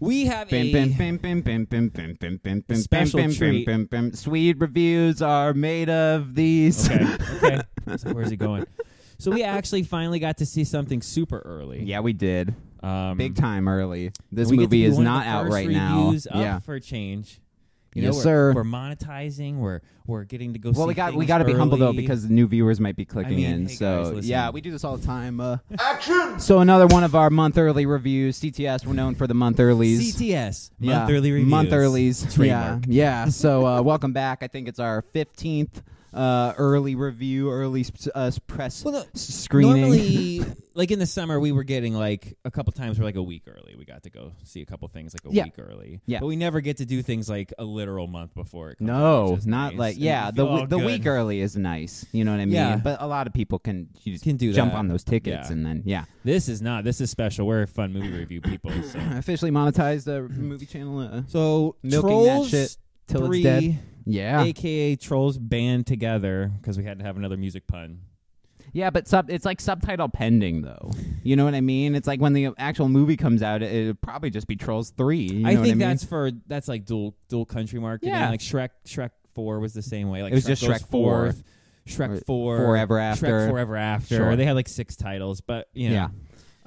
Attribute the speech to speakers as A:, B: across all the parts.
A: We have
B: Bim,
A: a
B: bim, bim, bim, bim, bim, bim, bim, bim, bim,
A: Special
B: bim, bim,
A: treat.
B: bim, bim, bim. Swede reviews are made of these.
C: Okay. Okay. So where's he going? So we actually finally got to see something super early.
B: Yeah, we did.
C: Um,
B: Big time early. This
C: we get to
B: movie
C: be
B: is
C: one of
B: not
C: the
B: out
C: first
B: right now.
C: reviews Up
B: Yeah.
C: for a change. You
B: Yes,
C: know, we're,
B: sir.
C: We're monetizing. We're we're getting to go.
B: Well,
C: see
B: we got we
C: things
B: got to be humble though
C: early.
B: because new viewers might be clicking
C: mean,
B: in.
C: hey, guys,
B: so
C: listen.
B: yeah, we do this all the time. Uh, Action! So another one of our month early reviews. CTS, we're known for the month earlies.
C: CTS
B: Yeah,
C: month early reviews.
B: Month earlies. Yeah,
C: Trademark.
B: yeah. So uh, welcome back. I think it's our fifteenth uh, early review, early s- uh, press
C: Well, no,
B: s- screening.
C: Normally, like in the summer, we were getting like a couple times. We're like a week early. We got to go see a couple things like a
B: Yeah.
C: week early.
B: Yeah.
C: but we never get to do things like a literal month before it. Comes out,
B: no,
C: which is
B: not
C: nice.
B: like
C: And
B: yeah.
C: you
B: The
C: feel all
B: w- the
C: good.
B: week early is nice. You know what I mean?
C: Yeah.
B: But a lot of people can you just
C: Can do
B: jump
C: that.
B: on those tickets
C: Yeah.
B: and then yeah.
C: This is not. This is special. We're fun movie review people. So,
B: Officially monetized the movie channel. Uh,
C: so
B: Milking
C: trolls
B: that shit till
C: three,
B: it's dead. Yeah.
C: aka trolls band together because we had to have another music pun.
B: Yeah, but sub it's like subtitle pending though. You know what I mean? It's like when the actual movie comes out, it, it'll probably just be Trolls Three. You know
C: I
B: what
C: think
B: mean?
C: that's for that's like dual dual country marketing.
B: Yeah.
C: Like Shrek Shrek Four was the same way. Like
B: It was
C: Shrek
B: just
C: Goes
B: Shrek 4.
C: Forth, Shrek
B: Or
C: Four
B: Forever
C: Shrek
B: After.
C: Forever After.
B: Sure.
C: They had like six titles, but you know.
B: yeah.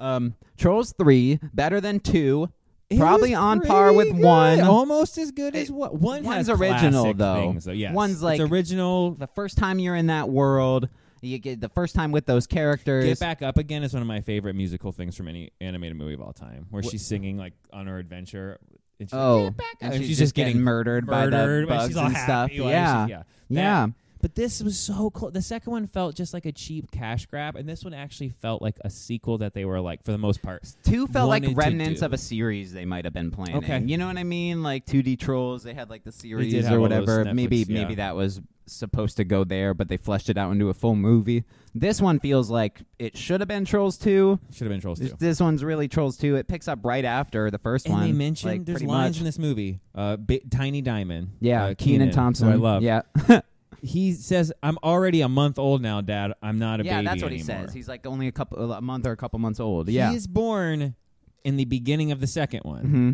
B: Um, Trolls Three better than two,
C: It
B: probably
C: was
B: on par with
C: pretty good.
B: one.
C: Almost as good as what one
B: one's
C: has
B: original,
C: classic
B: though.
C: Things, though. Yes.
B: One's
C: It's
B: like-
C: original.
B: The first time you're in that world, you get the first time with those characters.
C: Get Back Up Again is one of my favorite musical things from any animated movie of all time, where she's singing like on her adventure. And she's like,
B: Oh,
C: "Get back up,"
B: and
C: she's,
B: she's
C: just
B: just getting murdered by the
C: murdered, but
B: bugs
C: she's all
B: and stuff.
C: happy, like,
B: Yeah.
C: she's- yeah,
B: Yeah.
C: That- But this was so close. The second one felt just like a cheap cash grab, and this one actually felt like a sequel that they were like, for the most part,
B: Two felt like
C: wanted to
B: remnants
C: do.
B: of a series they might have been planning.
C: Okay.
B: You know what I mean? Like 2D Trolls, they had like the
C: did
B: series
C: have
B: or
C: all those
B: whatever.
C: Netflix,
B: maybe
C: yeah.
B: maybe that was supposed to go there, but they fleshed it out into a full movie. This one feels like it should have been Trolls 2.
C: should have been Trolls
B: This,
C: too.
B: this one's really Trolls 2. It picks up right after the first
C: And
B: one.
C: they mentioned
B: like,
C: there's
B: pretty
C: lines
B: much.
C: in this movie. Uh, Bi- Tiny Diamond.
B: yeah,
C: uh,
B: Keenan, Thompson.
C: who I love.
B: Yeah.
C: He says, "I'm already a month old now, Dad. I'm not a
B: yeah,
C: baby
B: that's what he
C: anymore."
B: says. He's like only a couple a month or a couple months old. Yeah.
C: He is born in the beginning of the second one.
B: hmm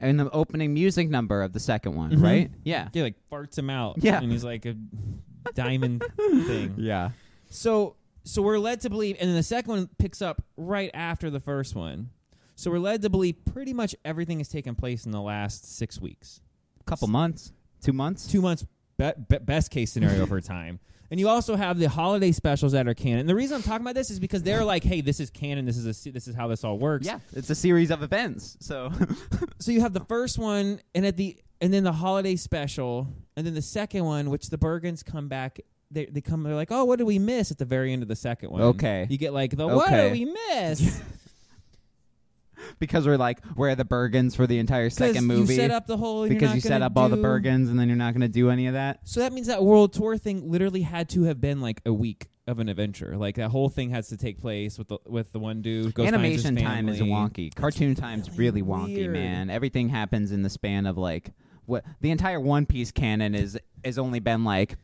B: And the opening music number of the second one,
C: Mhm.
B: right? Yeah.
C: He like farts him out.
B: Yeah.
C: and he's like a diamond thing.
B: Yeah.
C: So so we're led to believe, and then the second one picks up right after the first one. So we're led to believe pretty much everything has taken place in the last six weeks,
B: couple months, two months.
C: two months, be- be- best case scenario for time. And you also have the holiday specials that are canon. And the reason I'm talking about this is because they're like, hey, this is canon. This is a se- this is how this all works.
B: Yeah, it's a series of events. So
C: So you have the first one, and at the and then the holiday special, and then the second one, which the Bergens come back. They, they come. They're like, oh, what did we miss at the very end of the second one?
B: Okay.
C: you get like the what
B: Okay.
C: did we miss?
B: because we're like we're the Bergens for the entire second movie.
C: you set up the whole you're
B: because
C: not
B: you set
C: gonna
B: up all the
C: do-
B: Bergens and then you're not going to do any of that.
C: So that means that world tour thing literally had to have been like a week of an adventure. Like that whole thing has to take place with the with the one dude. Goes
B: Animation
C: finds his
B: time is
C: family.
B: wonky. Cartoon time's really,
C: really
B: wonky,
C: weird.
B: man. Everything happens in the span of like what the entire One Piece canon is has only been like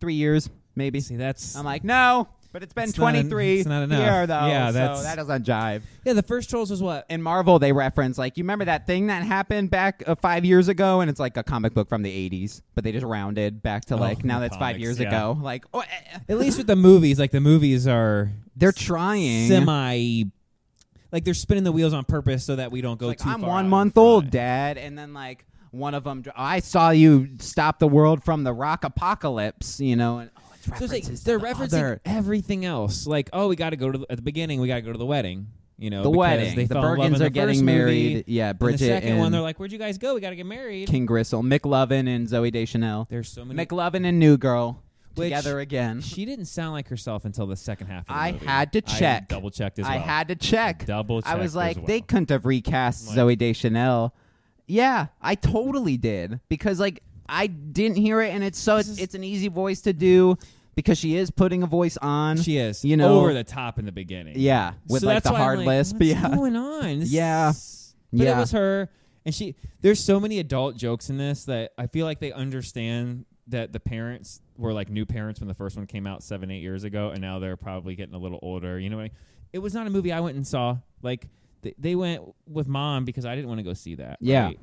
B: three years, maybe.
C: See, that's
B: I'm like, no, but it's been
C: It's not en-
B: 23.
C: it's not enough.
B: Here, though,
C: Yeah,
B: so
C: that's-
B: that doesn't jive.
C: yeah. The first trolls was what
B: in Marvel, they reference like you remember that thing that happened back uh, five years ago, and it's like a comic book from the '80s, but they just rounded back to
C: Oh,
B: like now
C: the
B: that's five
C: comics,
B: years
C: yeah.
B: ago. Like oh, eh, eh.
C: at least with the movies. Like the movies are
B: they're trying.
C: semi like they're spinning the wheels on purpose so that we don't
B: It's
C: go
B: like,
C: too
B: I'm
C: far out
B: one
C: in
B: month
C: front.
B: old, Dad, and then like one of them. I saw you stop the world from the rock apocalypse, you know. And, oh, it's
C: So it's like
B: references to
C: they're
B: the
C: referencing
B: other-
C: everything else. Like, oh, we got to go to the, at the beginning. We got to go to the wedding. You know,
B: the
C: because
B: wedding.
C: They
B: the
C: fell in love
B: Bergens
C: in
B: are
C: the first
B: getting
C: movie.
B: married. Yeah,
C: And
B: Bridget
C: the second one, they're like, "Where'd you guys go? We got to get married."
B: King Gristle, McLovin, and Zoe Deschanel.
C: There's so many.
B: McLovin and New Girl
C: Which-
B: together again.
C: she didn't sound like herself until the second half. of the
B: I
C: movie.
B: had to check.
C: double checked as well.
B: I had to check.
C: double.
B: I was like,
C: checked as
B: they
C: well.
B: couldn't have recast
C: Like-
B: Zoe Deschanel. Yeah, I totally did because like I didn't hear it, and it's so
C: This is-
B: it's an easy voice to do because she is putting a voice on.
C: She is,
B: you know-
C: over the top in the beginning.
B: yeah, with
C: So
B: like
C: that's
B: the
C: why I'm
B: hard
C: like,
B: lisp.
C: What's
B: yeah,
C: going on? This
B: Yeah.
C: is- But
B: Yeah.
C: it was her, and she. There's so many adult jokes in this that I feel like they understand that the parents were like new parents when the first one came out seven, eight years ago, and now they're probably getting a little older. You know, what I- it was not a movie I went and saw. Like they, they went with mom because I didn't want to go see that.
B: Yeah.
C: right?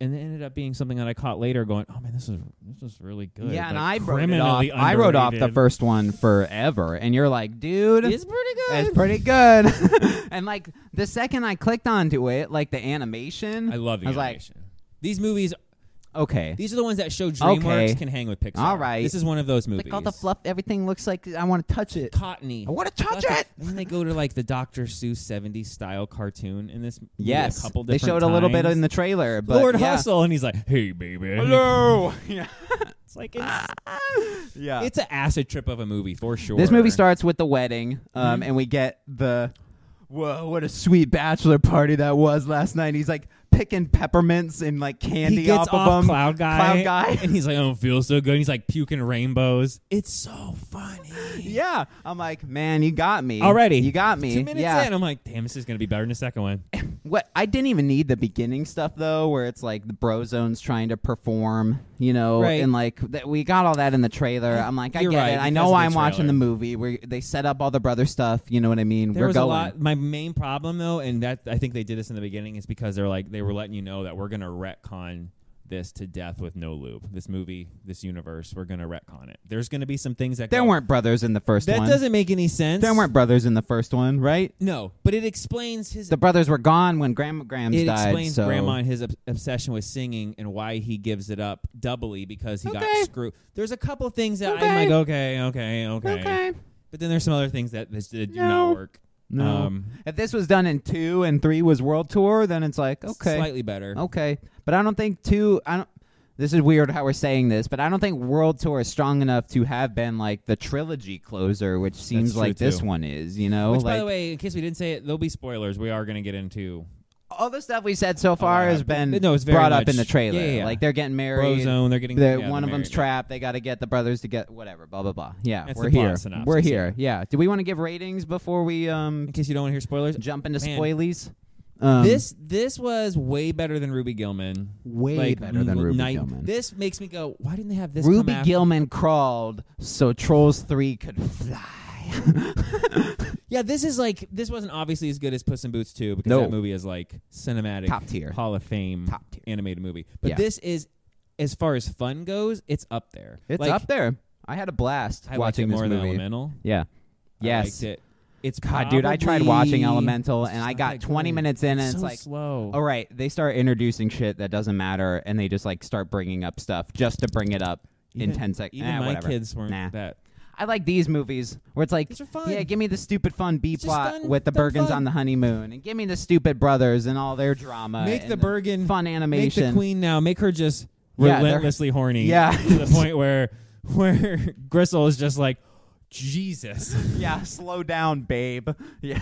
C: And it ended up being something that I caught later, going, "Oh man, this is this is really good."
B: yeah, and
C: but
B: I wrote it off.
C: criminally
B: I wrote off the
C: underrated."
B: first one forever, and you're like, dude,
C: It's pretty good.
B: It's pretty good. and like the second I clicked onto it, like the animation,
C: I love the
B: I was
C: animation. these movies,
B: like, okay,
C: these are the ones that show DreamWorks
B: Okay.
C: can hang with Pixar.
B: All right.
C: this is one of those movies.
B: like all the fluff, everything looks like I want to touch it.
C: cottony.
B: I want to
C: Lots
B: touch
C: of-
B: it.
C: And then they go to like the Dr. Seuss 70s style cartoon in this. movie
B: Yes,
C: a couple
B: they
C: different
B: showed a little bit
C: times.
B: in the trailer, but
C: Lord
B: yeah.
C: Hustle, and he's like, "Hey, baby."
B: Hello. yeah.
C: It's like it's,
B: Yeah.
C: it's an acid trip of a movie for sure.
B: This movie starts with the wedding, um,
C: Mhm.
B: and we get the whoa, what a sweet bachelor party that was last night. He's like picking peppermints and like candy
C: he gets
B: off, of them.
C: Cloud Guy.
B: Cloud Guy.
C: and he's like, "I don't feel so good." He's like puking rainbows. It's so funny.
B: Yeah, I'm like, man, you got me
C: Already.
B: You got me.
C: Two minutes
B: yeah,
C: in, I'm like, "Damn, this is gonna be better than the second one."
B: what I didn't even need the beginning stuff though, where it's like the bro zones trying to perform, you know,
C: Right.
B: and like that we got all that in the trailer. I'm like, I
C: You're
B: get
C: right,
B: it. I
C: because
B: know
C: of the
B: I'm watching
C: trailer.
B: the movie where they set up all the brother stuff. You know what I mean?
C: There
B: we're
C: was
B: going.
C: a lot. My main problem though, and that I think they did this in the beginning, is because they're like they were letting you know that we're gonna retcon this to death with no lube. This movie, this universe, we're gonna retcon it. There's gonna be some things that
B: There
C: go,
B: weren't brothers in the first
C: that
B: one.
C: doesn't make any sense.
B: there weren't brothers in the first one, right?
C: no, but it explains his
B: The brothers were gone when Grandma Grams
C: it
B: died.
C: explains
B: so
C: grandma and his ob- obsession with singing and why he gives it up doubly because he
B: Okay.
C: got screwed. There's a couple things that I'm
B: Okay.
C: like, okay, okay, okay,
B: okay,
C: But then there's some other things that this did
B: No.
C: not work.
B: no.
C: Um,
B: if this was done in two and three was World Tour, then it's like okay,
C: slightly better.
B: Okay, but I don't think two. I don't. This is weird how we're saying this, but I don't think World Tour is strong enough to have been like the trilogy closer, which seems
C: true,
B: like this
C: too.
B: one is. You know,
C: Which,
B: Oh, like
C: by the way, in case we didn't say it, there'll be spoilers. We are going to get into
B: all the stuff we said so far
C: yeah,
B: has been
C: but- no, it's very
B: brought up in
C: much-
B: the trailer.
C: yeah, yeah, yeah.
B: Like they're
C: Bro
B: getting married.
C: Zone. They're getting
B: The,
C: yeah,
B: one of them's
C: they're married.
B: trapped. They got to get the brothers to get whatever. Blah blah blah. Yeah,
C: That's
B: we're
C: the plot
B: here.
C: synopsis,
B: we're here. Yeah. Do we want to give ratings before we um
C: In case you don't want to hear spoilers,
B: jump into
C: Man.
B: spoilies? Um,
C: this this was way better than Ruby Gilman.
B: way
C: like,
B: better than
C: mm,
B: Ruby
C: night-
B: Gilman.
C: This makes me go, why didn't they have this? come
B: Ruby
C: after-
B: Gilman crawled so Trolls 3 could fly.
C: Yeah, this is like this wasn't obviously as good as Puss in Boots 2 because
B: No.
C: that movie is like cinematic
B: Top tier.
C: Hall of Fame
B: Top tier.
C: animated movie. But
B: Yeah.
C: this is as far as fun goes, it's up there.
B: It's
C: like,
B: up there. I had a blast
C: I
B: watching
C: liked it
B: this
C: more
B: movie.
C: than Elemental.
B: Yeah.
C: I
B: Yes.
C: liked it. It's
B: God, dude, I tried watching
C: probably-
B: Elemental
C: it's
B: and
C: just
B: I
C: not that
B: got 20
C: good.
B: minutes in and
C: so
B: it's like,
C: slow.
B: all right, they start introducing shit that doesn't matter and they just like start bringing up stuff just to bring it up in
C: Even-
B: 10 seconds.
C: Even
B: Nah,
C: my
B: whatever.
C: kids weren't
B: Nah.
C: that.
B: I like these movies where it's like,
C: These are fun.
B: yeah, give me the stupid fun B
C: just
B: plot
C: done-
B: with the
C: done
B: Bergens
C: fun.
B: on the honeymoon and give me the stupid brothers and all their drama.
C: Make
B: and
C: the Bergen
B: fun
C: Make
B: animation.
C: the queen now. Make her just
B: Yeah, they're-
C: relentlessly horny.
B: Yeah.
C: to the point where where Gristle is just like, Jesus.
B: yeah, slow down, babe. Yeah.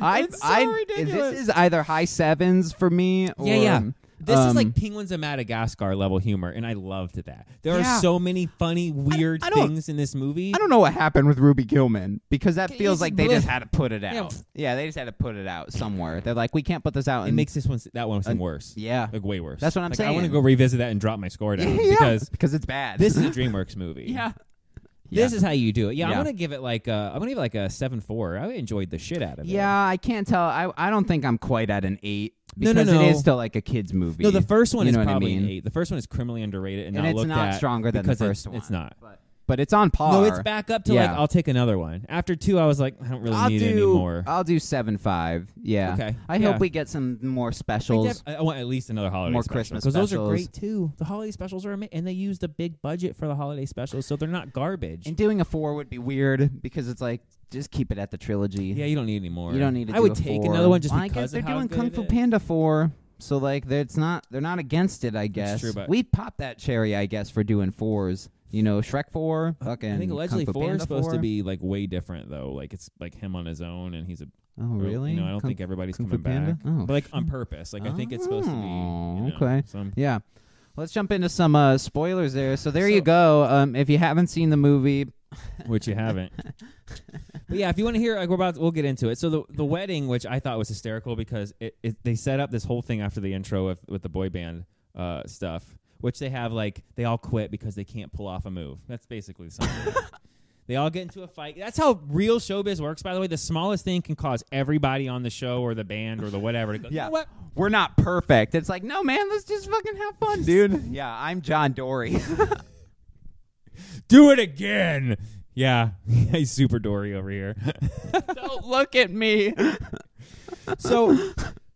B: I,
C: It's so
B: I,
C: ridiculous.
B: This is either high sevens for me. Or,
C: Yeah, yeah. This is
B: um,
C: like Penguins of Madagascar level humor, and I loved that. There
B: Yeah.
C: are so many funny, weird
B: I don't-
C: things in this movie.
B: I don't know what happened with Ruby Gilman because that
C: It's
B: feels like they
C: bleh.
B: just had to put it out.
C: Yeah.
B: Yeah. they just had to put it out somewhere. They're like, we can't put this out.
C: It
B: in-
C: makes this one that one seem worse,
B: yeah,
C: like way worse.
B: That's what I'm
C: Like, I want to
B: saying.
C: go revisit that and drop my score down
B: Yeah,
C: because
B: because it's bad.
C: this is a DreamWorks movie.
B: yeah.
C: This is how you do it. Yeah,
B: Yeah.
C: I'm gonna give it like a, I'm gonna give it like a seven four. I enjoyed the shit out of it.
B: yeah, I can't tell. I I don't think I'm quite at an eight
C: No,
B: because
C: no, no.
B: it is still like a kids movie.
C: No, the first one
B: You
C: is
B: know what I
C: probably an
B: mean?
C: eight. The first one is criminally underrated and,
B: and
C: not
B: it's
C: looked
B: not
C: at
B: stronger than the
C: because
B: first
C: it's,
B: one.
C: It's not.
B: but, but it's on par.
C: No, it's back up to like
B: Yeah.
C: I'll take another one. After two, I was like, I don't really
B: I'll
C: need
B: do
C: it anymore.
B: I'll do seven five. Yeah.
C: Okay.
B: I
C: Yeah.
B: hope we get some more
C: I,
B: specials.
C: def- I want at least another holiday
B: More
C: special,
B: Christmas
C: those are
B: specials.
C: great too. The holiday specials are amazing, and they use the big budget for the holiday specials, so they're not garbage.
B: and doing a four would be weird because it's like just keep it at the trilogy.
C: yeah, you don't need any more.
B: You don't need to
C: I
B: do
C: would
B: a
C: take
B: four.
C: another one just
B: Well, I guess
C: because
B: they're
C: of how
B: doing
C: good
B: Kung
C: it
B: Fu
C: is.
B: Panda four. So like they're- it's not they're not against it, I guess.
C: true, but-
B: we popped that cherry, I guess, for doing fours. You know, Shrek four, fucking
C: Uh, I think allegedly
B: Kung Fu
C: four
B: Panda
C: is supposed
B: 4.
C: to be like way different though. Like it's like him on his own, and he's a
B: Oh really?
C: You know, I don't
B: Kung-
C: think everybody's
B: Kung Fu
C: coming back,
B: Panda? Oh,
C: but like on purpose. Like I think it's supposed to be. you
B: Oh,
C: know,
B: okay.
C: some-
B: Yeah. Let's jump into some uh, spoilers there. So there
C: So-
B: you go. Um, if you haven't seen the movie,
C: which you haven't. but yeah, if you want to hear, like, we're about we'll get into it. So the the wedding, which I thought was hysterical because it, it they set up this whole thing after the intro with with the boy band uh, stuff, which they have like they all quit because they can't pull off a move. That's basically something. They all get into a fight. That's how real showbiz works. By the way, the smallest thing can cause everybody on the show or the band or the whatever to go. You
B: Yeah.
C: know what?
B: We're not perfect. It's like, no, man, let's just fucking have fun, dude. yeah, I'm John Dory.
C: Do it again. Yeah, he's super dory over here.
B: Don't look at me.
C: so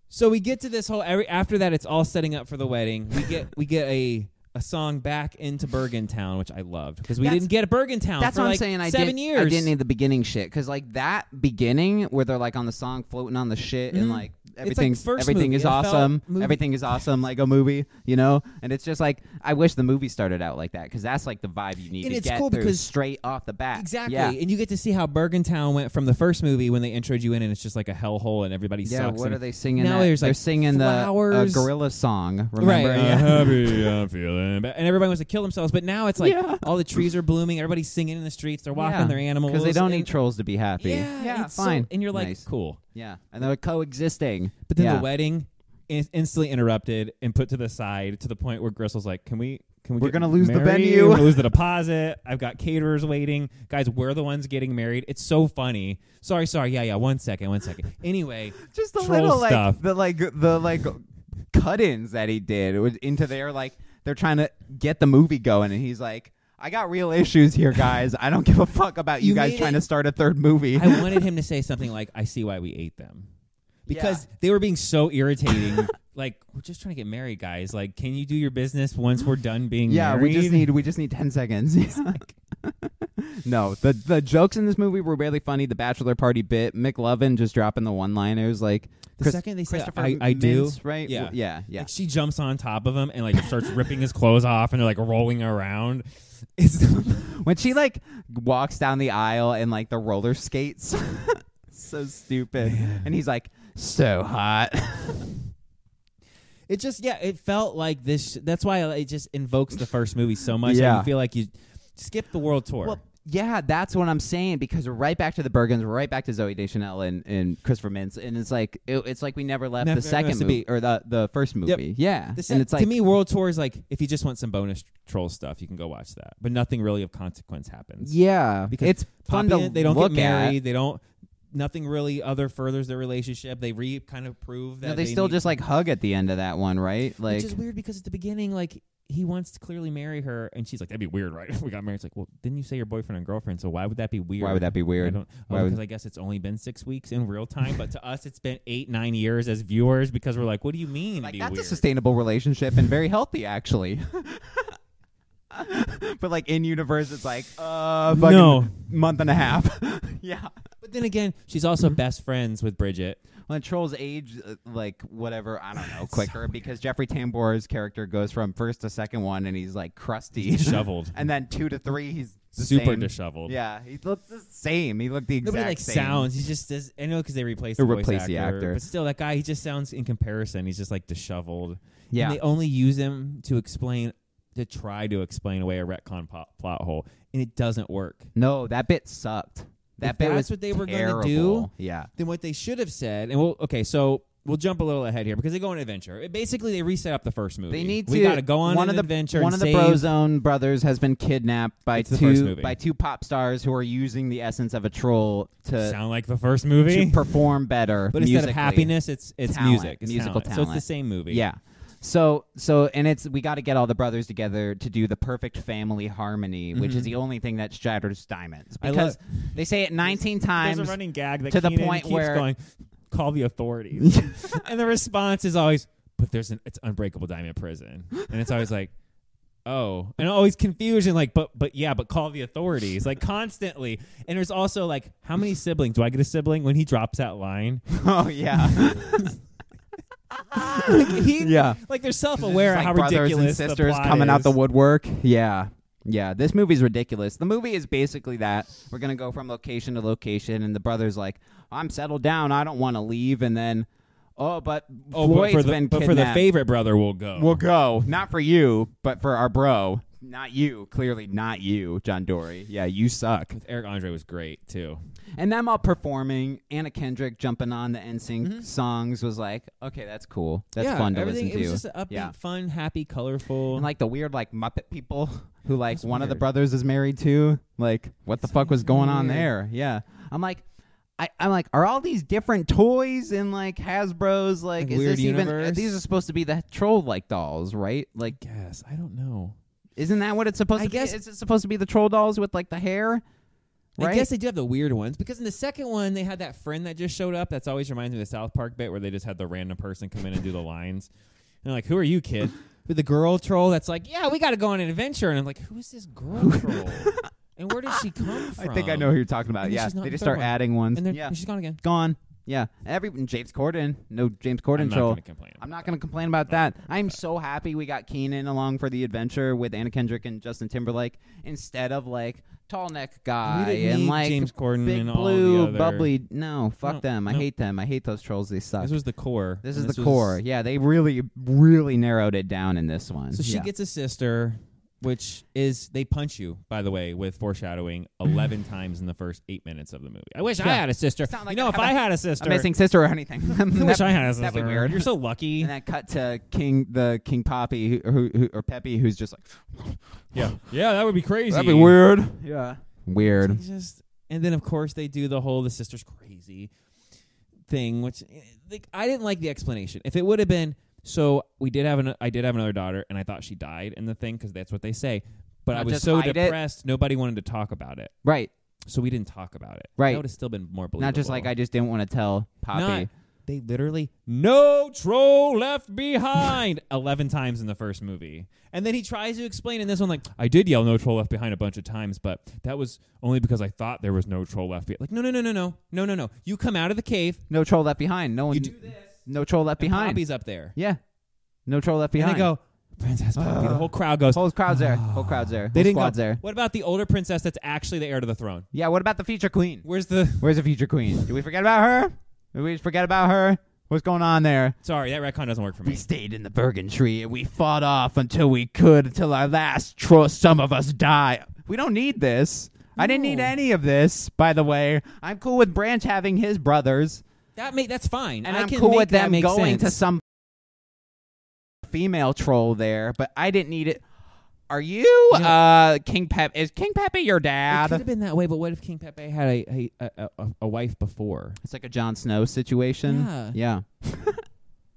C: so we get to this whole every after that it's all setting up for the wedding we get we get a a song back into Bergentown, which I loved because we
B: That's-
C: didn't get a Bergentown
B: That's
C: Oh, for
B: what I'm
C: like
B: saying. I
C: 7
B: didn't,
C: years.
B: I didn't need the beginning shit because like that beginning where they're like on the song floating on the shit and
C: Mhm.
B: like
C: like
B: everything's
C: first
B: everything
C: movie.
B: is
C: It felt
B: awesome.
C: movie.
B: Everything is awesome like a movie, you know. And it's just like I wish the movie started out like that because that's like the vibe you need
C: And
B: to
C: it's
B: get
C: cool
B: through
C: because-
B: straight off the bat.
C: Exactly.
B: Yeah.
C: And you get to see how Bergentown went from the first movie when they introed you in and it's just like a hellhole and everybody
B: Yeah,
C: sucks.
B: what
C: and-
B: are they singing?
C: now
B: that?
C: there's,
B: They're
C: like,
B: singing
C: flowers.
B: the uh, gorilla song.
C: Right.
B: Remember?
C: uh,
B: Yeah.
C: happy, I'm feeling ba- And everybody wants to kill themselves. But now it's like
B: Yeah.
C: all the trees are blooming. Everybody's singing in the streets. They're walking
B: Yeah.
C: their animals.
B: Because they don't
C: and-
B: need trolls to be happy.
C: Yeah. it's so-
B: fine.
C: and you're like,
B: Nice.
C: cool.
B: yeah, and they're coexisting.
C: But then
B: yeah.
C: the wedding is instantly interrupted and put to the side to the point where Grissel's like, "Can we? Can we?
B: We're
C: get
B: gonna lose the
C: married?
B: venue."
C: We're gonna lose the deposit. I've got caterers waiting. Guys, we're the ones getting married. It's so funny. Sorry, sorry. Yeah, yeah. One second. One second. Anyway,
B: just a
C: troll
B: little like
C: stuff.
B: the like the like cut-ins that he did it was into their like they're trying to get the movie going and he's like i got real issues here guys i don't give a fuck about you,
C: You
B: guys
C: made
B: trying
C: it-
B: to start a third movie
C: I wanted him to say something like, "I see why we ate them," because they were being so irritating. like, we're just trying to get married, guys. Like, can you do your business once we're done being
B: yeah
C: married?
B: we just need we just need 10 seconds no the the jokes in this movie were really funny the bachelor party bit mclovin just dropping the one liners like
C: The
B: Chris-
C: second they say,
B: Christopher
C: "I- I do,"
B: Mintz, right
C: Yeah.
B: W- yeah yeah
C: Like she jumps on top of him and like starts ripping his clothes off, and they're like rolling around. It's
B: when she like walks down the aisle in like the roller skates so stupid and he's like so hot
C: it just yeah, it felt like this. That's why it just invokes the first movie so much.
B: Yeah.
C: and you feel like you skip the world tour.
B: well yeah that's what i'm saying because we're right back to the bergens we're right back to zoe deschanel and, and christopher mintz and it's like it, it's like we never left
C: Never
B: the second
C: missed a
B: movie
C: beat.
B: or the the first movie yeah
C: The se-
B: and it's like
C: to me, world tour is like if you just want some bonus troll stuff, you can go watch that. But nothing really of consequence happens.
B: yeah
C: Because
B: it's fun to
C: Poppy, they don't
B: look
C: get married. They don't. Nothing really other furthers their relationship. They re kind of prove
B: at.
C: that
B: No, they, still
C: need-
B: just like hug at the end of that one right like
C: which is weird because at the beginning, like he wants to clearly marry her, and she's like, "That'd be weird, right?" If we got married. It's like, well, didn't you say your boyfriend and girlfriend? So why would that be weird?
B: why would that be
C: I
B: weird
C: don't.
B: Why
C: Oh,
B: would-
C: because I guess it's only been six weeks in real time, but to us, it's been eight, nine years as viewers because we're like, "What do you mean?"
B: like
C: be
B: that's
C: weird?
B: a sustainable relationship and very healthy actually but like in universe it's like uh fucking
C: No.
B: month and a half yeah
C: but then again, she's also
B: Mm-hmm.
C: best friends with Bridget.
B: when trolls age uh, like whatever i don't know quicker because jeffrey tambor's character goes from first to second one and he's like crusty
C: Disheveled,
B: and then two to three he's the
C: super
B: same.
C: disheveled.
B: yeah he looked the same he looked the exact
C: Nobody like
B: same
C: sounds. He just does. I know because they replaced
B: They
C: the voice
B: replaced the actor.
C: but still, that guy he just sounds in comparison. He's just like disheveled.
B: yeah
C: And they only use him to explain, to try to explain away a retcon po- plot hole, and it doesn't work.
B: no that bit sucked that
C: If
B: bit
C: that's
B: was
C: what they were
B: terrible.
C: gonna do,
B: yeah
C: Then what they should have said, and we'll okay, so we'll jump a little ahead here because they go on an adventure. It, basically, they reset up the first movie.
B: They need to.
C: We gotta go on
B: one
C: an
B: of the,
C: adventure. and
B: One of the
C: save-
B: Brozone brothers has been kidnapped by
C: It's the first
B: two
C: movie.
B: by two pop stars who are using the essence of a troll to,
C: sound like the first
B: to
C: movie,
B: perform better.
C: but instead
B: musically.
C: of happiness, it's it's
B: Talent.
C: music, it's
B: Musical
C: talent. So
B: talent.
C: it's the same movie.
B: yeah. So so and it's we got to get all the brothers together to do the perfect family harmony, which is the only thing that shatters diamonds
C: Mm-hmm. I
B: because they say it 19 times.
C: There's a running gag that
B: to the
C: Keenan
B: point
C: keeps
B: where-
C: going, call the authorities, and the response is always, "But there's an it's unbreakable diamond prison," and it's always like, "Oh," and always confusion, like, "But but yeah, but call the authorities," like constantly. And there's also like, "How many siblings do I get a sibling?" When he drops that line,
B: oh yeah,
C: like, he,
B: yeah.
C: like they're self
B: This is
C: aware
B: like
C: how
B: brothers
C: ridiculous the
B: and sisters
C: plot
B: coming out
C: is.
B: the woodwork. Yeah, yeah. This movie's ridiculous. The movie is basically that we're gonna go from location to location, and the brother's like, "I'm settled down. I don't want to leave." And then, oh, but
C: Oh, but
B: Floyd's
C: for, the,
B: been
C: but for the
B: kidnapped.
C: favorite brother, we'll go.
B: We'll go, not for you, but for our bro. Not you, clearly not you, John Dory. Yeah, you suck.
C: With Eric Andre was great too.
B: And them all performing, Anna Kendrick jumping on the NSYNC songs was like, okay, that's cool. That's
C: Mm-hmm. yeah,
B: fun to
C: everything,
B: listen to.
C: It was just an upbeat,
B: Yeah.
C: fun, happy, colorful.
B: and like the weird like Muppet people who like
C: That's
B: one of the
C: weird.
B: brothers is married to. Like, what the fuck was going on
C: weird.
B: there? Yeah, I'm like. I, I'm like, are all these different toys in like Hasbro's like,
C: Like,
B: is
C: weird
B: this even? uh,
C: universe?
B: These are supposed to be the troll like dolls, right? Like,
C: guess I don't know.
B: isn't that what it's supposed
C: I
B: to
C: guess-
B: be? Is it supposed to be the troll dolls with like the hair? Right?
C: I guess they do have the weird ones because in the second one they had that friend that just showed up. That's always reminds me of the South Park bit where they just had the random person come in and do the lines. And they're like, "Who are you, kid?" With the girl troll that's like, "Yeah, we got to go on an adventure." And I'm like, "Who is this girl troll? and where did she come from?"
B: I think I know who you're talking about.
C: And
B: Yeah,
C: she's not
B: they
C: in
B: just
C: the third
B: start
C: one.
B: adding ones.
C: And, they're-
B: yeah,
C: and she's gone again.
B: gone. Yeah, every James Corden, no James Corden
C: I'm not
B: troll.
C: gonna complain.
B: I'm not
C: about
B: going to complain about that. I'm so happy we got Keenan along for the adventure with Anna Kendrick and Justin Timberlake instead of like tall neck
C: that.
B: guy
C: We didn't
B: and
C: need
B: like
C: James Corden
B: big
C: and
B: blue
C: all the other.
B: bubbly. No, fuck
C: No,
B: them. I
C: no.
B: hate them. I hate those trolls. They suck.
C: This
B: This,
C: was the core.
B: is
C: and
B: the core. Yeah, they really, really narrowed it down in this one.
C: So she
B: Yeah.
C: gets a sister, which is they punch you, by the way, with foreshadowing eleven times in the first eight minutes of the movie. I wish I
B: Mm. Yeah.
C: had a sister.
B: Sound like
C: you know,
B: I
C: if
B: have
C: I
B: a-
C: had a sister,
B: a missing sister or anything.
C: I wish I had a sister.
B: that'd be weird.
C: You're so lucky.
B: and that cut to King, the King Poppy, who, who, who or Peppy, who's just like
C: yeah, yeah, that would be crazy.
B: that'd be weird. Yeah, weird.
C: It's just- and then of course they do the whole the sister's crazy thing, which eh, like I didn't like the explanation. If it would have been so, we did have an I did have another daughter, and I thought she died in the thing because that's what they say. But
B: Not
C: I was
B: just
C: so
B: hide it.
C: depressed, nobody wanted to talk about it.
B: Right.
C: So we didn't talk about it.
B: Right.
C: That would have still been more believable.
B: Not just like I just didn't want to tell Poppy.
C: Not, they literally no troll left behind eleven times in the first movie, and then he tries to explain in this one like I did yell no troll left behind a bunch of times, but that was only because I thought there was no troll left behind. Like no no no no no no no no. You come out of the cave.
B: No troll left behind. No one.
C: You do this.
B: No troll left
C: and
B: behind.
C: Poppy's up there.
B: Yeah. No troll left
C: And
B: behind.
C: they go Princess Poppy. the whole crowd goes.
B: Whole crowd's there. Whole crowd's there.
C: They
B: Whole
C: didn't go.
B: squad's there.
C: What about the older princess that's actually the heir to the throne?
B: Yeah. What about the future queen?
C: Where's the?
B: Where's the future queen? Did we forget about her? Did we forget about her? What's going on there?
C: Sorry, that retcon doesn't work for
B: We
C: me.
B: stayed in the Bergen tree and we fought off until we could, until our last troll. Some of us die. We don't need this. I didn't need
C: No.
B: any of this, by the way. I'm cool with Branch having his brothers.
C: That may, that's fine.
B: and
C: I
B: am
C: can
B: cool
C: make
B: with
C: that
B: them
C: make
B: going to
C: sense.
B: some female troll there, but I didn't need it. Are you
C: You know-
B: uh King Pep? Is King Pepe your
C: It could
B: dad?
C: have been that way, but what if King Pepe had a a, a, a, a wife before?
B: It's like a Jon Snow situation.
C: Yeah.
B: yeah.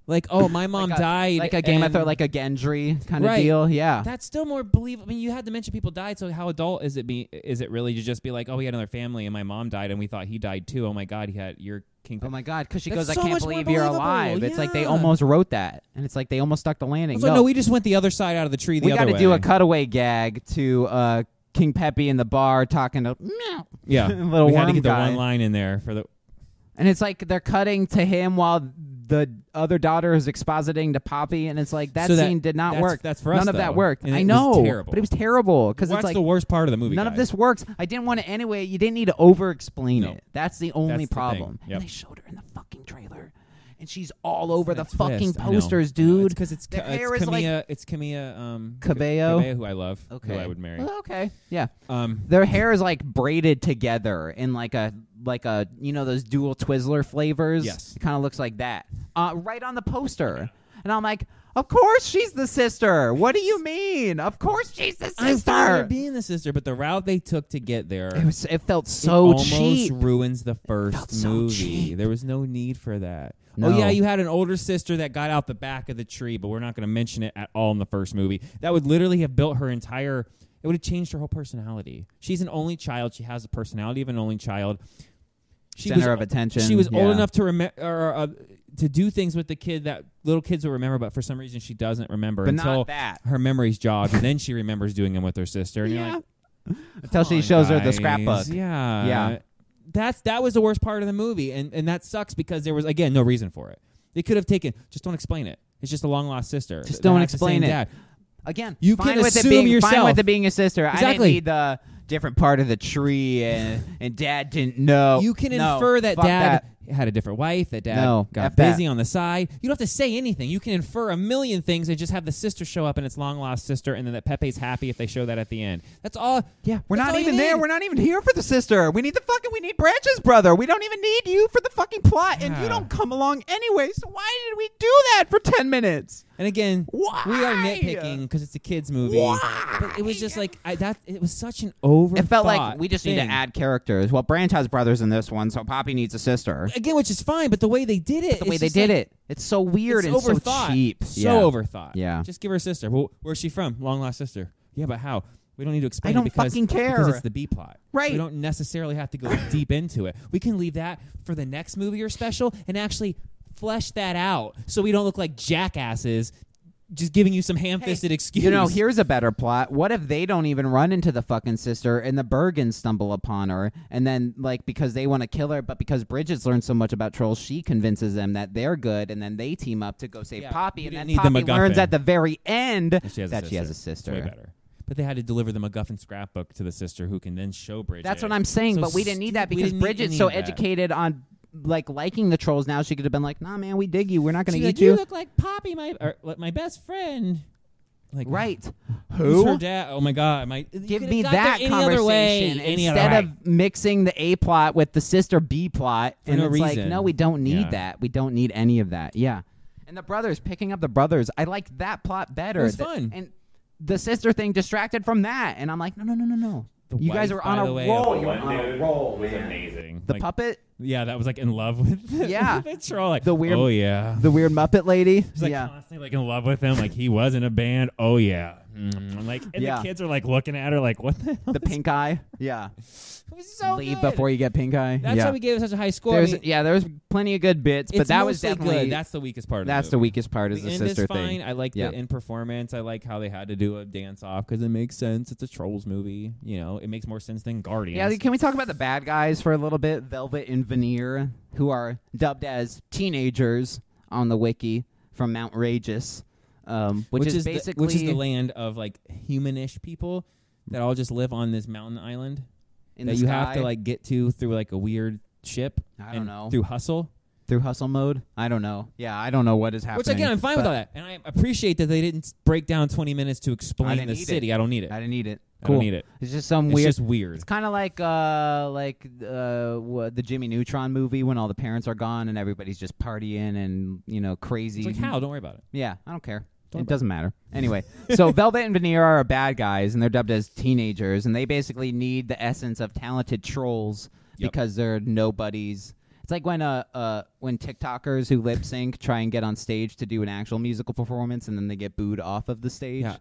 C: Like, oh, my mom
B: Like a-
C: died.
B: like a Game of
C: and-
B: Thrones, like a Gendry kind of
C: Right.
B: deal. Yeah,
C: that's still more believable. I mean, you had to mention people died, so how adult is it? Be is it really to just be like, oh, we had another family, and my mom died, and we thought he died too. Oh my God, he had your King
B: Oh
C: Pepe.
B: my god, because she
C: That's
B: goes, I
C: so
B: can't
C: much more
B: believe you're
C: believable,
B: alive. It's like they
C: yeah.
B: almost wrote that, and it's like they almost stuck the landing.
C: So
B: no,
C: no, we just went the other side out of the tree. The
B: we
C: got
B: gotta
C: to
B: do a cutaway gag to uh, King Pepe in the bar talking to meow,
C: yeah.
B: little
C: we had to
B: worm
C: get
B: guy,
C: the one line in there for the.
B: and it's like they're cutting to him while the other daughter is expositing to Poppy, and it's like that,
C: So that-
B: scene did not
C: that's-
B: work.
C: that's for us,
B: None of that
C: though.
B: worked.
C: And
B: I
C: it was
B: know,
C: terrible.
B: but it was terrible because
C: That's
B: it's like
C: the worst part of the movie.
B: None of
C: guys.
B: this works. I didn't want to anyway. You didn't need to over explain
C: No.
B: it. That's the only
C: That's the
B: problem.
C: thing. Yep.
B: And they showed her in the fucking trailer. And she's all over the
C: That
B: fucking
C: twist, I know.
B: posters,
C: I know,
B: dude.
C: It's because it's,
B: The
C: Ca- it's
B: hair is like-
C: Camilla. it's Camilla. Um, Ca-
B: Cabello?
C: Cabello, who I love.
B: okay.
C: Who Oh, I would marry.
B: Well, okay. Yeah.
C: Um,
B: Their hair is like braided together in like a like a you know those dual Twizzler flavors.
C: Yes.
B: It kind of looks like that. Uh, right on the poster. And I'm like, of course she's the sister. What do you mean? Of course she's the
C: I'm fine with her
B: sister.
C: being the sister, but the route they took to get there
B: It was. It felt
C: it
B: so
C: almost
B: cheap.
C: ruins the first
B: felt so
C: movie.
B: cheap.
C: There was no need for that.
B: No.
C: Oh yeah, you had an older sister that got out the back of the tree, but we're not going to mention it at all in the first movie. That would literally have built her entire. It would have changed her whole personality. She's an only child. She has the personality of an only child. She
B: Center
C: was,
B: of attention.
C: She was old
B: Yeah.
C: enough to remember or uh, to do things with the kid that little kids will remember, but for some reason she doesn't remember
B: but
C: until
B: not that.
C: her memory's jogged, and then she remembers doing them with her sister. And you're like, "Come
B: until she
C: on,
B: shows her the
C: guys."
B: scrapbook.
C: Yeah,
B: Yeah.
C: That's that was the worst part of the movie, and and that sucks because there was again no reason for it. They could have taken just don't explain it. It's just a long lost sister.
B: Just
C: that
B: don't
C: has the same
B: explain it.
C: dad.
B: Again,
C: You
B: fine
C: can
B: with it
C: assume
B: being fine
C: yourself.
B: with it being a sister. I didn't
C: Exactly.
B: need the different part of the tree, eh, and and dad didn't know.
C: You can
B: Oh, No,
C: infer that
B: fuck
C: dad
B: that.
C: had a different wife. That dad
B: No,
C: got
B: F that.
C: busy on the side. You don't have to say anything. You can infer a million things and just have the sister show up and it's long lost sister, and then that Pepe's happy if they show that at the end. That's all.
B: Yeah, we're
C: That's all
B: not
C: you
B: even there.
C: need.
B: We're not even here for the sister. We need the fucking. We need branches, brother. We don't even need you for the fucking plot, and you
C: Yeah.
B: don't come along anyway. So why did we do that for ten minutes?
C: And again,
B: Why?
C: we are nitpicking because it's a kids movie.
B: Why?
C: But it was just like I, that. It was such an over.
B: It felt like we just need to add characters. Well, Branch has brothers in this one, so Poppy needs a sister.
C: again, which is fine. But the way they did it,
B: The way they did it, it's so weird
C: it's
B: and so
C: overthought.
B: cheap.
C: So
B: yeah.
C: overthought.
B: Yeah.
C: Just give her a sister. Well, where's she from? Long lost sister. Yeah, but how? We don't need to explain.
B: I don't
C: it because,
B: fucking care.
C: because it's the B plot.
B: Right.
C: We don't necessarily have to go deep into it. We can leave that for the next movie or special and actually flesh that out so we don't look like jackasses. Just giving you some ham-fisted excuse.
B: You know, here's a better plot. What if they don't even run into the fucking sister and the Bergens stumble upon her? And then, like, because they want to kill her, but because Bridget's learned so much about trolls, she convinces them that they're good, and then they team up to go save
C: Yeah,
B: Poppy.
C: you
B: And
C: didn't
B: then
C: need the
B: Poppy
C: MacGuffin.
B: learns at the very end
C: And she has
B: that
C: a
B: she has a
C: It's
B: sister.
C: way better. But they had to deliver the MacGuffin scrapbook to the sister, who can then show Bridget.
B: That's what I'm saying,
C: So
B: but we didn't need that
C: stu- we
B: because
C: didn't need
B: Bridget's
C: any
B: so
C: of that.
B: educated on like liking the trolls now she could have been like, "Nah, man, we dig you. We're not going
C: She's
B: to eat
C: like, you look like Poppy, my or, like, my best friend. Like
B: right.
C: Who's her
B: Who?
C: dad? Oh my god! My, you
B: Give
C: could've
B: me
C: got
B: that
C: there any
B: conversation
C: other way, any other
B: instead
C: way.
B: of mixing the A plot with the sister B plot.
C: For
B: and
C: no
B: it's like,
C: reason.
B: no, we don't need
C: Yeah.
B: that. We don't need any of that. Yeah. And the brothers picking up the brothers, I like that plot better.
C: It was
B: Th-
C: fun.
B: And the sister thing distracted from that, and I'm like, no, no, no, no, no.
C: The
B: you guys
C: wife,
B: are on
C: by
B: a
C: the way,
B: roll.
C: of
B: You're on a roll,
C: was
B: man.
C: amazing.
B: The
C: Like,
B: puppet,
C: yeah, that was like in love with the,
B: Yeah.
C: the troll. Like,
B: The weird-
C: oh yeah.
B: the weird Muppet lady.
C: She's like
B: yeah.
C: constantly like in love with him. Like he was in a band. Oh yeah. Mm. And, Like and
B: Yeah.
C: the kids are like looking at her like what the hell?
B: the pink eye. Yeah.
C: It was so
B: Leave
C: good.
B: before you get pink eye.
C: That's
B: yeah.
C: why we gave it such a high score. I
B: there's
C: mean,
B: yeah, there's plenty of good bits, but
C: it's
B: that was
C: mostly
B: definitely
C: good. that's the weakest part. Of
B: that's
C: the,
B: the
C: movie.
B: weakest part is the,
C: end
B: sister
C: is fine.
B: thing.
C: I like
B: Yeah.
C: the in performance. I like how they had to do a dance off because it makes sense. It's a trolls movie. You know, it makes more sense than Guardians.
B: Yeah, can we talk about the bad guys for a little bit? Velvet and Veneer, who are dubbed as teenagers on the wiki from Mount Rageous, um, which, is,
C: the,
B: basically
C: which is the land of like humanish people that all just live on this mountain island
B: in
C: that
B: the
C: you
B: sky
C: have to like get to through like a weird ship.
B: I don't
C: and
B: know.
C: through hustle.
B: through hustle mode. I don't know. Yeah, I don't know what is happening.
C: Which again, I'm fine with all that, and I appreciate that they didn't break down 20 minutes to explain
B: didn't
C: the
B: need it.
C: city. I don't need it.
B: I
C: I
B: didn't need it.
C: don't
B: Cool.
C: need it.
B: It's just some
C: It's
B: weird.
C: just weird.
B: it's kind of like uh like uh what, the Jimmy Neutron movie when all the parents are gone and everybody's just partying and you know crazy.
C: It's like how? Don't worry about it.
B: Yeah, I don't care.
C: Don't
B: it doesn't matter. Anyway, so Velvet and Veneer are bad guys, and they're dubbed as teenagers, and they basically need the essence of talented trolls
C: Yep.
B: because they're nobodies. It's like when uh, uh when TikTokers who lip sync try and get on stage to do an actual musical performance, and then they get booed off of the stage.
C: Yeah.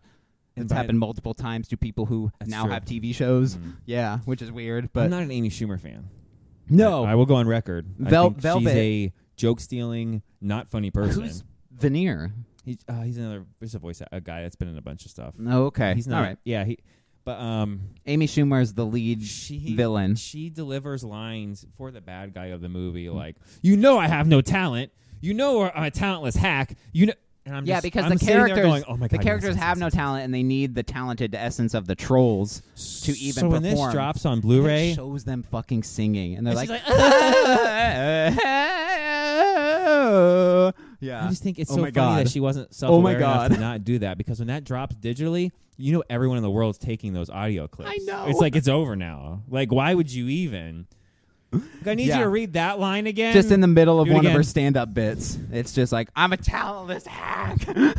C: And
B: It's
C: by-
B: happened multiple times to people who
C: That's
B: now
C: true.
B: have TV shows.
C: Mhm.
B: Yeah, which is weird, but
C: I'm not an Amy Schumer fan.
B: no,
C: I, I will go on record.
B: Vel-
C: I think
B: Velvet.
C: She's a joke stealing, not funny person.
B: who's Veneer?
C: He, uh, he's another. He's a voice a guy that's been in a bunch of stuff.
B: No, Oh, okay,
C: He's not.
B: all right.
C: Yeah, he. But um,
B: Amy Schumer is the lead
C: she
B: villain.
C: She delivers lines for the bad guy of the movie, like you know I have no talent. You know I'm a talentless hack. You know. And I'm
B: yeah,
C: just-
B: because
C: I'm
B: the
C: sitting there
B: characters,
C: going, oh my God,
B: the
C: yes,
B: characters
C: yes, yes,
B: have no
C: yes,
B: talent, and they need the talented essence of the trolls.
C: yes.
B: to even
C: So when this
B: perform.
C: drops on
B: It
C: Blu-ray,
B: shows them fucking singing, and they're
C: And she's
B: like, "Uh-huh."
C: I
B: oh." yeah,
C: just think it's
B: Oh
C: so
B: my
C: funny
B: God.
C: that she wasn't
B: Oh my
C: self-aware enough
B: God.
C: to not do that because when that drops digitally, you know everyone in the world's taking those audio clips.
B: I know.
C: It's like it's over now. Like why would you even? Like, I need
B: Yeah.
C: you to read that line again.
B: just in the middle of
C: Do it
B: one of
C: again.
B: her stand-up bits. It's just like, I'm a talentless hack.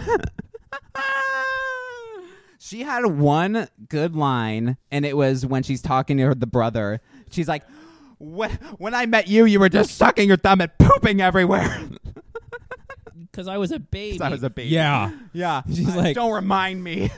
B: she had one good line, and it was when she's talking to her the brother. She's like, "When when I met you, you were just sucking your thumb and pooping everywhere."
C: because I was a baby.
B: I was a baby.
C: Yeah.
B: Yeah.
C: She's
B: Uh,
C: like-
B: don't remind me.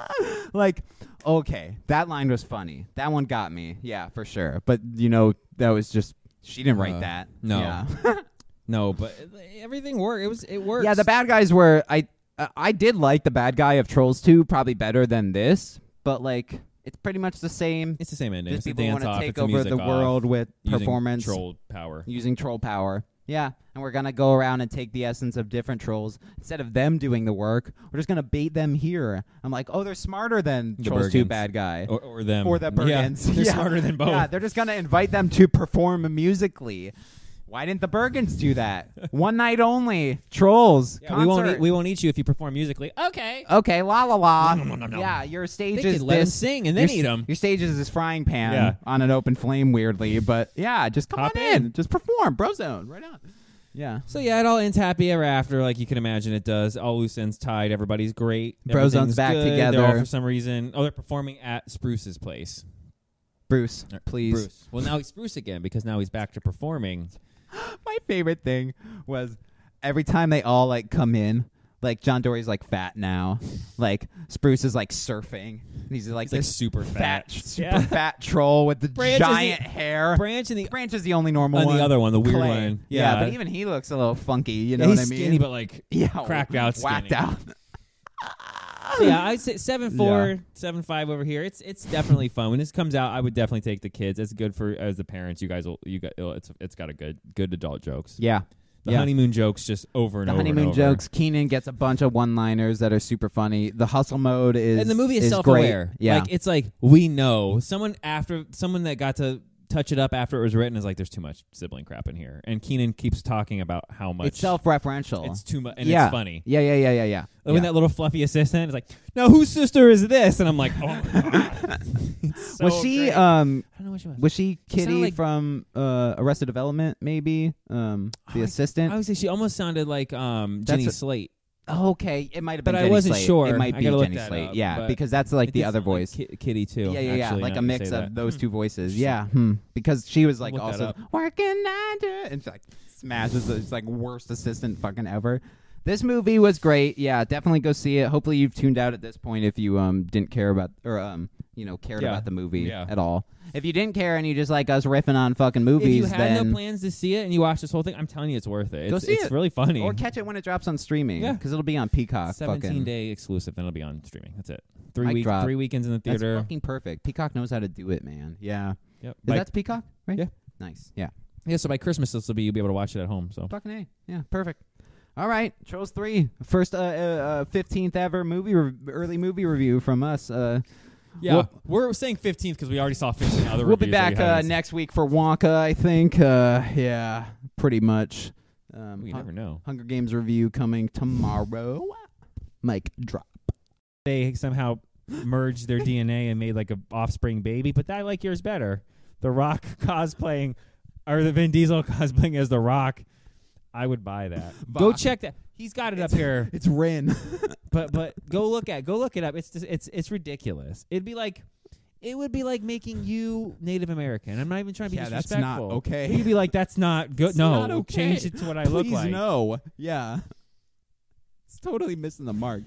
B: like, okay, that line was funny. That one got me. Yeah, for sure. But, you know, that was just, she didn't write
C: Uh,
B: that.
C: no.
B: Yeah.
C: No, but everything worked. It was it worked.
B: yeah, the bad guys were, I, uh, I did like the bad guy of Trolls 2 probably better than this, but, like, it's pretty much the same.
C: It's the same ending.
B: Just
C: it's a
B: people
C: dance
B: want to
C: off.
B: take
C: it's a
B: over
C: music
B: the
C: off,
B: world with
C: using
B: performance,
C: troll power.
B: using troll power. Yeah, and we're gonna go around and take the essence of different trolls instead of them doing the work. We're just gonna bait them here. I'm like, oh, they're smarter than
C: The
B: trolls two
C: Bergens.
B: bad guy
C: or, or them
B: or the Bergens.
C: Yeah, they're
B: Yeah.
C: smarter than both.
B: Yeah, they're just gonna invite them to perform musically. Why didn't the Bergens do that? One night only, trolls.
C: Yeah, we won't
B: concert.
C: eat, we won't eat you if you perform musically. Okay,
B: okay, la la la.
C: No, no, no, no, no.
B: Yeah, your stage
C: they could
B: is
C: let 'em
B: this.
C: sing and then
B: your,
C: eat them.
B: Your stage is this frying pan
C: Yeah.
B: on an open flame, weirdly, but yeah, just come
C: Hop
B: on in.
C: in.
B: just perform, bro zone, right on. Yeah,
C: So yeah, it all ends happy ever after, like you can imagine it does. All loose ends tied. Everybody's great.
B: Brozone's
C: everything's
B: back
C: good.
B: together.
C: They're all for some reason. Oh, they're performing at Spruce's place.
B: Bruce,
C: Or
B: please.
C: Uh, Bruce. Well, now he's Spruce again because now he's back to performing.
B: My favorite thing was every time they all like come in, like John Dory's like fat now, like Spruce is like surfing, and he's like
C: He's like
B: this
C: super fat.
B: fat, super
C: Yeah.
B: fat troll with the
C: Branch is the-
B: giant hair.
C: Branch and the
B: Branch is the only normal
C: on
B: one.
C: the other one, the weird
B: Clay.
C: one.
B: Yeah.
C: Yeah,
B: but even he looks a little funky. You
C: Yeah,
B: know
C: he's
B: what I mean?
C: skinny, but like
B: yeah,
C: cracked out,
B: whacked
C: skinny.
B: out.
C: So, yeah, I say seven four, seven five over here. It's it's definitely fun. When this comes out, I would definitely take the kids. It's good for as the parents. You guys will you got it's it's got a good good adult jokes.
B: Yeah.
C: The
B: yeah.
C: honeymoon jokes just over and
B: the
C: over. and
B: honeymoon
C: over.
B: jokes. Keenan gets a bunch of one-liners that are super funny. The hustle mode is
C: and the movie is,
B: is
C: self-aware.
B: Great. Yeah,
C: like it's like we know someone after someone that got to touch it up after it was written is like there's too much sibling crap in here, and Keenan keeps talking about how much
B: it's self-referential.
C: it's too much, and
B: yeah.
C: it's funny.
B: Yeah, yeah, yeah, yeah, yeah.
C: And When
B: Yeah.
C: that little fluffy assistant is like, "Now whose sister is this?" and I'm like, "Oh, my God." It's so
B: was she
C: great.
B: um
C: I don't know what she was.
B: was she Kitty
C: like-
B: from uh, Arrested Development? Maybe um
C: Oh,
B: the
C: I-
B: assistant.
C: I would say she almost sounded like um
B: That's
C: Jenny
B: a-
C: Slate.
B: okay, it might have been.
C: But I
B: Jenny
C: wasn't
B: Slate.
C: sure.
B: It might
C: I
B: be
C: gotta look
B: Jenny
C: that
B: Slate.
C: up,
B: yeah,
C: but
B: because that's
C: It
B: like the
C: did
B: other
C: sound like
B: voice.
C: Ki- Kitty too.
B: yeah, yeah, yeah,
C: actually,
B: like
C: now that
B: a
C: you
B: mix
C: say
B: of
C: that.
B: those two voices.
C: Interesting.
B: Yeah, hmm. because she was like
C: Look that
B: also
C: up.
B: working under and she, like smashes. the- It's like worst assistant fucking ever. This movie was great. Yeah, definitely go see it. Hopefully you've tuned out at this point if you um didn't care about or um you know cared
C: Yeah.
B: about the movie
C: Yeah.
B: at all. If you didn't care and you just like us riffing on fucking movies,
C: If you had
B: then
C: no plans to see it and you watch this whole thing, I'm telling you, it's worth it.
B: Go
C: It's,
B: see
C: it's
B: it.
C: really funny.
B: or catch it when it drops on streaming
C: Yeah.
B: because it'll be on Peacock.
C: 17
B: fucking
C: day exclusive, then it'll be on streaming. That's it. Three
B: Mic
C: week,
B: drop.
C: three weekends in the
B: That's
C: theater.
B: fucking perfect. Peacock knows how to do it, man. Yeah,
C: Yep.
B: Is
C: By-
B: that's Peacock, right?
C: Yeah.
B: nice. Yeah.
C: yeah, so by Christmas this will be you'll be able to watch it at home. So
B: Fucking A. Yeah, perfect. All right, Trolls 3. First uh, uh, uh, 15th ever movie re- early movie review from us. Uh,
C: yeah,
B: We'll-
C: we're saying 15th because we already saw 15 other.
B: we'll be
C: reviews that we
B: back uh,
C: haven't seen.
B: next week for Wonka, I think. Uh, yeah, pretty much. Um,
C: We
B: Hun-
C: never know.
B: Hunger Games review coming tomorrow. Mike drop.
C: They somehow merged their DNA and made like a offspring baby, but I like yours better. The Rock cosplaying, or the Vin Diesel cosplaying as The Rock. I would buy that. Go
B: Vok.
C: check that. He's got it up here.
B: It's Rin.
C: but but go look at go look it up. It's just, it's it's ridiculous. It'd be like it would be like making you Native American. I'm not even trying to be
B: Yeah, that's not
C: disrespectful.
B: okay.
C: But You'd be like, that's not good.
B: It's
C: No,
B: not okay.
C: change it to what I look
B: Please
C: like.
B: no. Yeah. It's totally missing the mark.